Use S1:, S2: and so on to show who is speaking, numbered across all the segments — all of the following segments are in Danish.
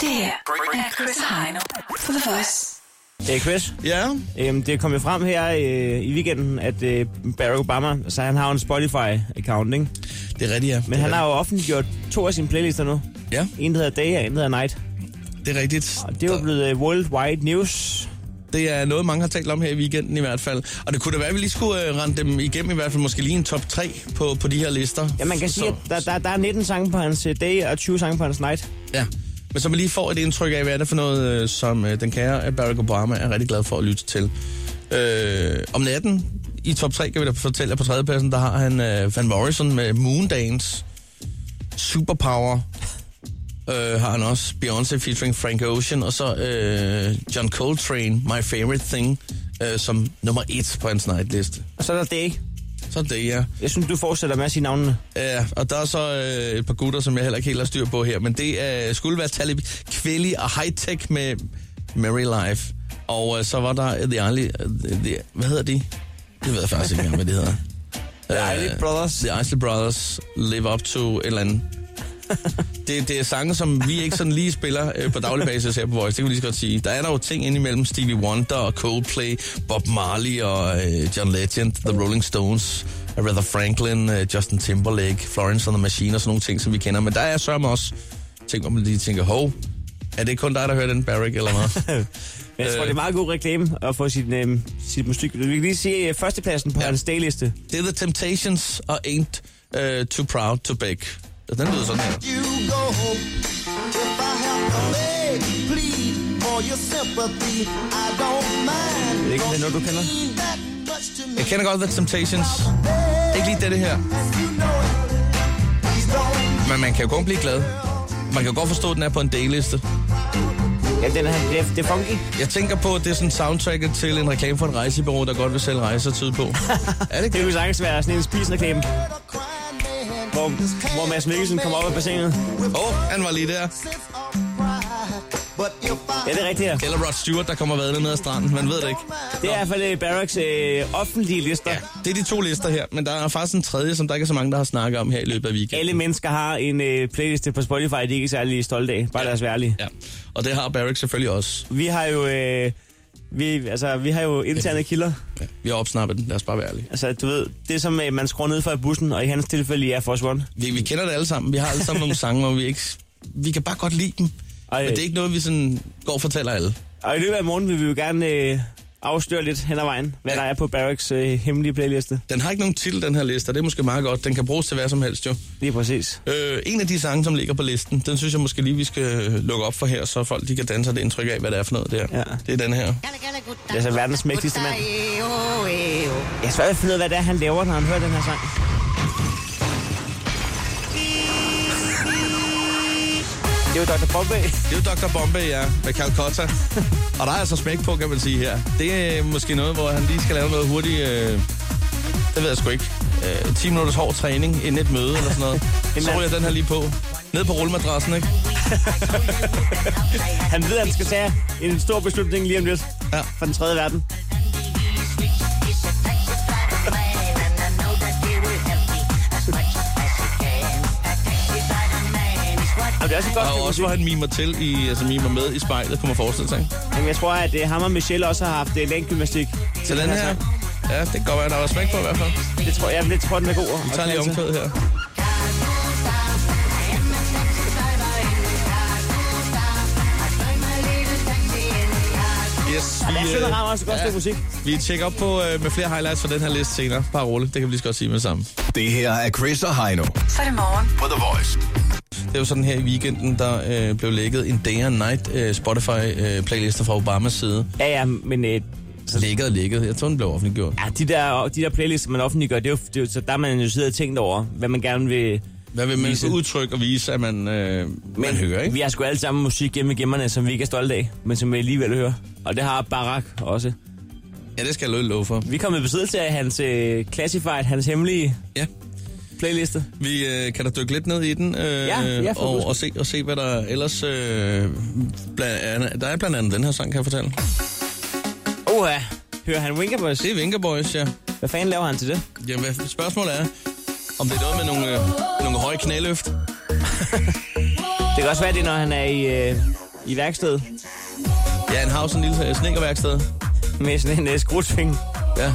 S1: Det her er Chris og Heino for The Voice.
S2: Hey Chris,
S3: Ja,
S2: øhm, det kom jo frem her øh, i weekenden, at øh, Barack Obama, så han har jo en Spotify-account, ikke?
S3: det er rigtigt, ja.
S2: Men han har jo offentliggjort to af sine playlister nu.
S3: Ja,
S2: En, der hedder Day, og en, der hedder Night.
S3: det er rigtigt.
S2: Og det er jo blevet øh, worldwide news.
S3: Det er noget, mange har talt om her i weekenden i hvert fald. Og det kunne da være, at vi lige skulle øh, rende dem igennem i hvert fald måske lige en top 3 på, på de her lister.
S2: Ja, man kan sige, at
S3: Så-
S2: der, der, der er 19 sange på hans øh, Day og 20 sange på hans Night.
S3: Ja. Men så man lige får et indtryk af, hvad er det for noget, øh, som øh, den kære Barack Obama er rigtig glad for at lytte til. Øh, om natten i top 3 kan vi da fortælle, at på tredjepladsen, der har han øh, Van Morrison med Moondance, Superpower, øh, har han også Beyoncé featuring Frank Ocean, og så øh, John Coltrane, My Favorite Thing, øh, som nummer et på hans nightliste.
S2: Og så er der Day.
S3: Så det er
S2: Jeg synes, du fortsætter med at sige navnene.
S3: Ja, og der er så øh, et par gutter, som jeg heller ikke helt har styr på her, men det øh, skulle være Talib Kvæli og High Tech med Merry Life. Og øh, så var der øh, The Only... Øh, the, hvad hedder de? Det ved jeg faktisk ikke engang, hvad de hedder. Øh,
S2: The Isley Brothers.
S3: The Isley Brothers Live Up To et eller andet. Det, det er sange, som vi ikke sådan lige spiller øh, på daglig basis her på Voice, det kan vi lige så godt sige. Der er der jo ting indimellem Stevie Wonder og Coldplay, Bob Marley og øh, John Legend, The Rolling Stones, Aretha Franklin, øh, Justin Timberlake, Florence and the Machine og sådan nogle ting, som vi kender. Men der er sørme også ting, hvor man lige tænker, hov, er det kun dig, der hører den, Barrick, eller hvad?
S2: Men jeg tror,
S3: Øh.
S2: det er meget god reklame at få sit, øh, sit musik. Vi kan lige se øh, førstepladsen på
S3: Ja.
S2: ja. hans Day-liste.
S3: det er The Temptations og Ain't øh, Too Proud To Bake. Den lyder sådan her.
S4: you go. If I have to beg, plead for your sympathy, I don't mind.
S2: Det er ikke, om det er noget, du kender.
S4: Mean that much to me.
S3: Jeg kender godt The Temptations. Ikke lige det her.
S4: You know it. Please don't
S3: Men man kan jo godt blive glad. Man kan jo godt forstå, at den er på en dayliste.
S2: Ja, den er, det, er, det er funky.
S3: Jeg tænker på, at det er sådan soundtracket til en reklame for et rejsebureau, der godt vil sælge rejser tid på. er det
S2: Det
S3: ikke?
S2: kunne sagtens være sådan en spisende reklame,
S4: hurt a crying man.
S2: hvor, hvor Mads Mikkelsen kommer op af bassinet.
S3: Åh, oh, han var lige der.
S4: Sense of pride. But if I
S2: Ja, det er rigtigt her.
S3: Eller Rod Stewart, der kommer vadende ned ad stranden. Man ved det ikke.
S2: Det er i hvert fald øh, Barracks øh, offentlige lister.
S3: Ja, det er de to lister her, men der er faktisk en tredje, som der ikke er så mange, der har snakket om her i løbet af weekenden.
S2: Alle mennesker har en øh, playliste på Spotify, de er ikke særlig stolte af. Bare lad os være ærlige.
S3: Ja, og det har Barrick selvfølgelig også.
S2: Vi har jo... Øh, vi, altså, vi har jo interne kilder.
S3: Ja, vi har opsnappet den, lad os bare være ærlige.
S2: Altså, du ved, det som øh, man skruer ned fra i bussen, og i hans tilfælde er Force One.
S3: Vi, vi kender det alle sammen. Vi har alle sammen nogle sange, hvor vi ikke... Vi kan bare godt lide dem.
S2: Ej.
S3: Men det er ikke noget, vi sådan går og fortæller alle.
S2: Og i løbet af morgen vil vi jo gerne øh, afsløre lidt hen ad vejen, hvad
S3: Ja.
S2: der er på Barracks øh, hemmelige playliste.
S3: Den har ikke nogen titel, den her liste, og det er måske meget godt. Den kan bruges til hvad som helst, jo.
S2: Lige præcis.
S3: Øh, en af de sange, som ligger på listen, den synes jeg måske lige, vi skal øh, lukke op for her, så folk de kan danse og det indtryk af, hvad det er for noget der.
S2: Ja.
S3: Det er den her.
S2: Det er altså verdens mægtigste mand. Jeg er svært ved at finde ud af, hvad det er, han laver, når han hører den her sang. Det er jo Dr. Bombay.
S3: Det er jo Dr. Bombay, ja, med Calcutta. og der er altså smæk på, kan man sige her. Det er øh, måske noget, hvor han lige skal lave noget hurtigt... Øh, det ved jeg sgu ikke. Øh, 10 minutters hård træning inden et møde eller sådan noget. så
S2: anden-
S3: ryger jeg den her lige på. Ned på rullemadrassen, ikke?
S2: Han ved, at han skal tage en stor beslutning lige om lidt
S3: Ja.
S2: for den tredje verden. Og det er også et godt
S3: Og
S2: stykke
S3: også, hvor han mimer til i, altså mimer med i spejlet, kunne man forestille sig. ikke?
S2: musik. Jamen, jeg tror, at øh, ham og Michelle også har haft øh, længdgymnastik. til
S3: Så den her,
S2: sang.
S3: ja, det kan godt være, der var smæk på i hvert fald.
S2: Det tror jeg, jeg tror, den er god.
S3: Vi tager lige omkvædet her. Yes,
S2: Og der
S3: vi,
S2: synger
S3: øh,
S2: Ram også et godt stykke musik.
S3: vi tjekker op på øh, med flere highlights fra den her liste senere. Bare roligt, det kan vi lige så godt sige med sammen.
S5: Det her er Chris og Heino
S1: Så er det morgen.
S5: på The Voice.
S3: Det er jo sådan her i weekenden, der øh, blev lækket en day and night øh, Spotify-playliste fra Obamas side.
S2: Ja, ja, men øh,
S3: Lækket og lækket. Jeg tror, den blev offentliggjort.
S2: ja, de, der, de der playlister, man offentliggør, det er jo, det er jo så der er man jo sidder og tænkt over, hvad man gerne vil...
S3: Hvad vil man
S2: Vise.
S3: udtrykke og vise, at man, øh, man hører, ikke?
S2: Vi har sgu alle sammen musik hjemme i gemmerne, som vi ikke er stolte af, men som vi alligevel hører. Og det har Barack også.
S3: Ja, det skal jeg love for.
S2: Vi er kommet i besiddelse af hans øh, classified, hans hemmelige
S3: Ja,
S2: playliste.
S3: Vi øh, kan da dykke lidt ned i den, øh,
S2: ja, for
S3: og,
S2: guds
S3: og, se, og se, hvad der ellers... Øh, blandt andet, der er blandt andet den her sang, kan jeg fortælle.
S2: Oha, hører han Winkerboys?
S3: Det er Vinker Boys, ja.
S2: Hvad fanden laver han til det?
S3: Jamen, hvad- spørgsmålet er, om det er noget med nogle, øh, nogle høje knæløft.
S2: Det kan også være, det er, når han er i øh, i værkstedet
S3: Ja, han har jo sådan en lille øh, snedkerværksted.
S2: med sådan en uh, skrutsving.
S3: Ja.
S2: Det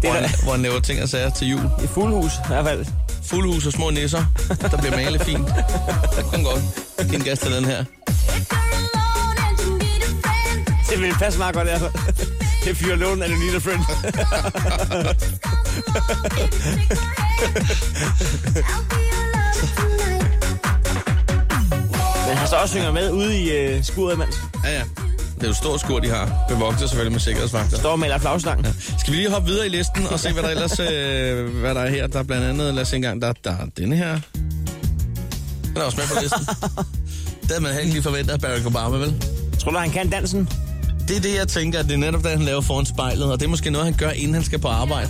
S3: Hvor
S2: er
S3: han,
S2: da-
S3: hvor han laver ting og sager til jul.
S2: et fuldhus i hvert fuld
S3: Fuldhus og små nisser, der bliver malet fint. Det kunne godt. Giv en gas til den her.
S2: Det vil passe meget godt i hvert fald. Det fyrer lånen af den lille friend. Men han så også synger med ude i uh, skuret imens.
S3: Ja, ja. Det er jo et stort skur, de har. Bevogtet selvfølgelig med sikkerhedsvagter.
S2: Står og maler flagstangen.
S3: Skal vi lige hoppe videre i listen og se, hvad der ellers øh, hvad der er her? Der er blandt andet, lad os se engang, der, der er denne her. Den er også med på listen. Det havde man heller ikke lige forventet af Barack Obama, vel?
S2: Tror du, han kan dansen?
S3: Det er det, jeg tænker, at det er netop det, han laver foran spejlet, og det er måske noget, han gør, inden han skal på arbejde.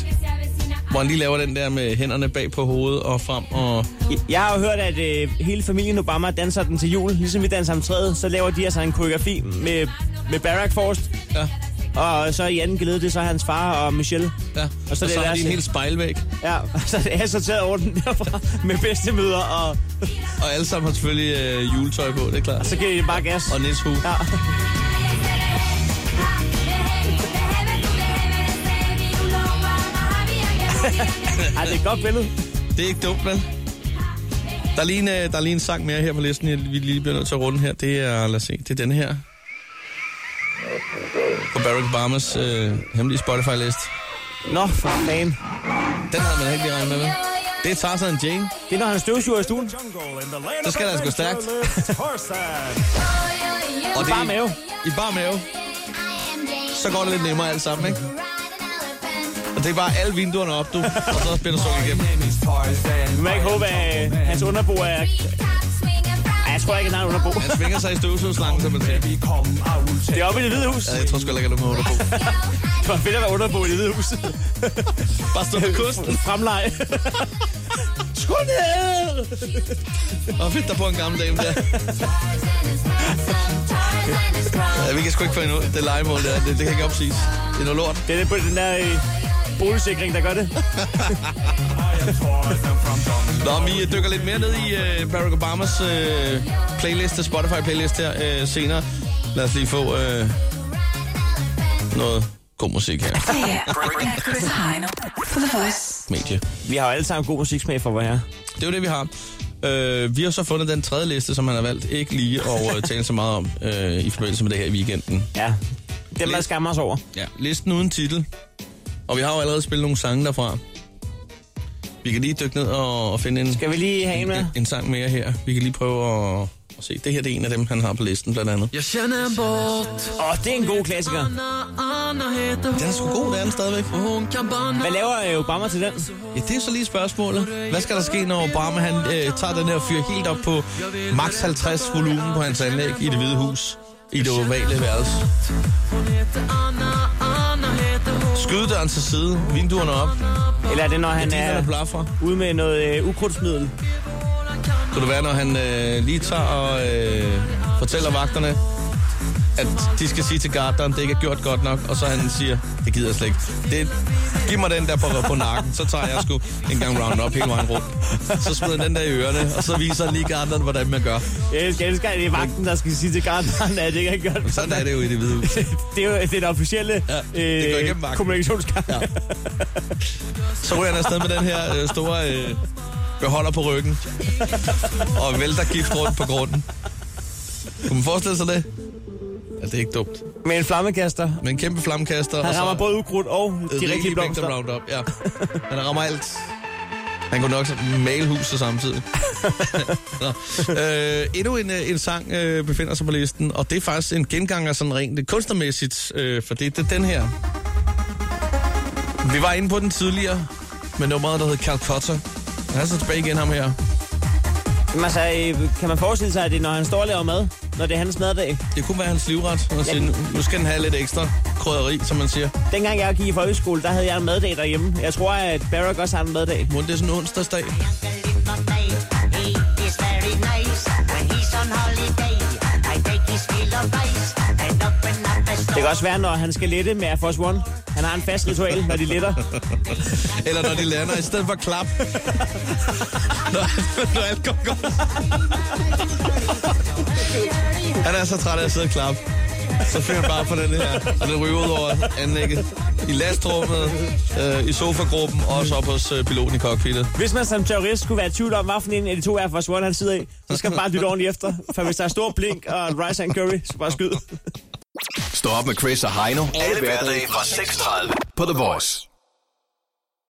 S3: Hvor han lige laver den der med hænderne bag på hovedet og frem, og
S2: Jeg- Jeg har jo hørt, at øh, hele familien Obama danser den til jul. Ligesom vi danser om træet, så laver de altså en koreografi med, med Barack forrest.
S3: ja,
S2: Og så i anden glæde, det er så hans far og Michelle.
S3: ja. Og så, og
S2: det
S3: så har
S2: deres-
S3: de en hel spejlvæg,
S2: Ja, så det er sorteret over den derfra med bedstemøder, og
S3: og alle sammen har selvfølgelig øh, juletøj på, det er klart.
S2: så giver de det bare gas.
S3: Og nishue.
S2: Ja. Ej, det er et godt billede.
S3: Det er ikke dumt, vel? Der er, lige en, øh, der er lige en sang mere her på listen, jeg, vi lige bliver nødt til at runde her. Det er, lad os se, det er denne her. På Barack Obamas øh, hemmelige Spotify-list.
S2: Nå, for fanden.
S3: Den havde man ikke lige regnet med, vel? Det er Tarzan Jane.
S2: Det er, når han støvsuger i stuen.
S3: Så skal der sgu stærkt. Og det
S2: Bare mave.
S3: I bare mave. Så går det lidt nemmere alt sammen, ikke? Og det er bare alle vinduerne op, du. Og så spiller suk igennem.
S2: Man må ikke håbe, at hans underbo er... Ej, jeg tror ikke, at han har en underbo.
S3: Han svinger sig i støvsugslangen, som man siger.
S2: Det er oppe i det hvide hus.
S3: Ja, jeg tror sgu heller ikke, at du må på.
S2: Det var fedt at være underbo i det hvide hus.
S3: Bare stå på kusten.
S2: Fremleje. Skål ned!
S3: Og fedt der på en gammel dame der. Ja, vi kan sgu ikke få endnu. Det legemål der, det, det kan ikke opsiges. Det er noget lort.
S2: Det er på den der øh, boligsikring, der gør det.
S3: Nå, vi øh, dykker lidt mere ned i øh, Barack Obamas øh, playliste, Spotify-playlist her øh, senere. Lad os lige få øh, noget god musik her.
S1: Det her er Chris og Heino på The Voice.
S3: Medie.
S2: Vi har jo alle sammen god musiksmag for, hvor her.
S3: Det er jo det, vi har. Øh, vi har så fundet den tredje liste, som han har valgt ikke lige at øh, tale så meget om øh, i forbindelse med det her i weekenden.
S2: Ja, dem der skammer os over.
S3: Ja, listen uden titel. Og vi har jo allerede spillet nogle sange derfra. Vi kan lige dykke ned og, og finde en,
S2: Skal vi lige have en
S3: en,
S2: med?
S3: en sang mere her. Vi kan lige prøve at, at se. Det her det er en af dem, han har på listen blandt andet.
S6: Jeg sender en bort.
S2: Åh, oh, det er en god klassiker.
S6: Anna, Anna hedder
S3: Den er sgu god, den er den stadigvæk.
S6: hun. kan bare
S2: Hvad laver øh, Obama til den?
S3: Ja, det er så lige spørgsmålet. Hvad skal der ske, når Obama han, øh, tager den her fyr helt op på max 50 volumen på hans anlæg i det hvide hus? I det ovale værelse. Skydedøren til side, vinduerne op,
S2: Eller er det, når han
S3: gardinerne
S2: er
S3: blaffer.
S2: ude med noget øh, ukrudtsmiddel?
S3: Kunne det være, når han øh, lige tager og øh, fortæller vagterne, at de skal sige til gardneren, det ikke er gjort godt nok, og så han siger, det gider jeg slet ikke. Det, giv mig den der på, på nakken, så tager jeg sgu en gang round up hele vejen rundt. Så smider han den der i ørerne, og så viser han lige gardneren, hvordan man gør.
S2: Jeg elsker, jeg elsker, at det er vagten, der skal sige til gardneren, at det ikke er godt.
S3: Sådan er det jo i det hvide hus.
S2: Det er jo det er den officielle øh,
S3: Ja, det går igennem vagten.
S2: kommunikationsgang. Ja.
S3: Så ryger han afsted med den her øh, store øh, beholder på ryggen, og vælter gift rundt på grunden. Kunne man forestille sig det? Ja, det er ikke dumt.
S2: Med en flammekaster.
S3: Men en kæmpe flammekaster.
S2: Han
S3: og så-
S2: rammer både ukrudt og de rigtige
S3: rigtig
S2: blomster.
S3: blomster. Roundup, ja. Han rammer alt. Han kunne nok male huset samtidig. Nå. Øh, endnu en, øh, en sang øh, befinder sig på listen, og det er faktisk en genganger sådan rent kunstnermæssigt, øh, for det, det er den her. Vi var inde på den tidligere med nummeret, der hed Calcutta. Han er så tilbage igen, ham her.
S2: Men altså, øh, kan man forestille sig, at det er, når han står og laver mad, når det er hans maddag?
S3: Det kunne være hans livret, og sige, nu, nu skal den have lidt ekstra krydderi, som man siger.
S2: Dengang jeg gik i folkeskole, der havde jeg en maddag derhjemme. Jeg tror, at Barack også har en maddag.
S3: Må det er sådan en onsdagsdag?
S2: Det kan også være, når han skal lette med Air Force One. Han har en fast ritual, når de letter.
S3: Eller når de lander, i stedet for klap. når, når alt går godt. Han er så træt af at sidde og klappe. Så fyrer han bare på den her, og den ryger ud over anlægget. I lastrummet, øh, i sofagruppen, og også op hos øh, piloten i cockpittet.
S2: Hvis man som terrorist skulle være i tvivl om, hvad for en af de to Air Force One, han sidder i, så skal man bare lytte ordentligt efter. For hvis der er stor blink og en Rice and Curry, så bare skyd.
S5: Stå op med Chris og Heino. Alle hverdage fra 6.30 på The Voice.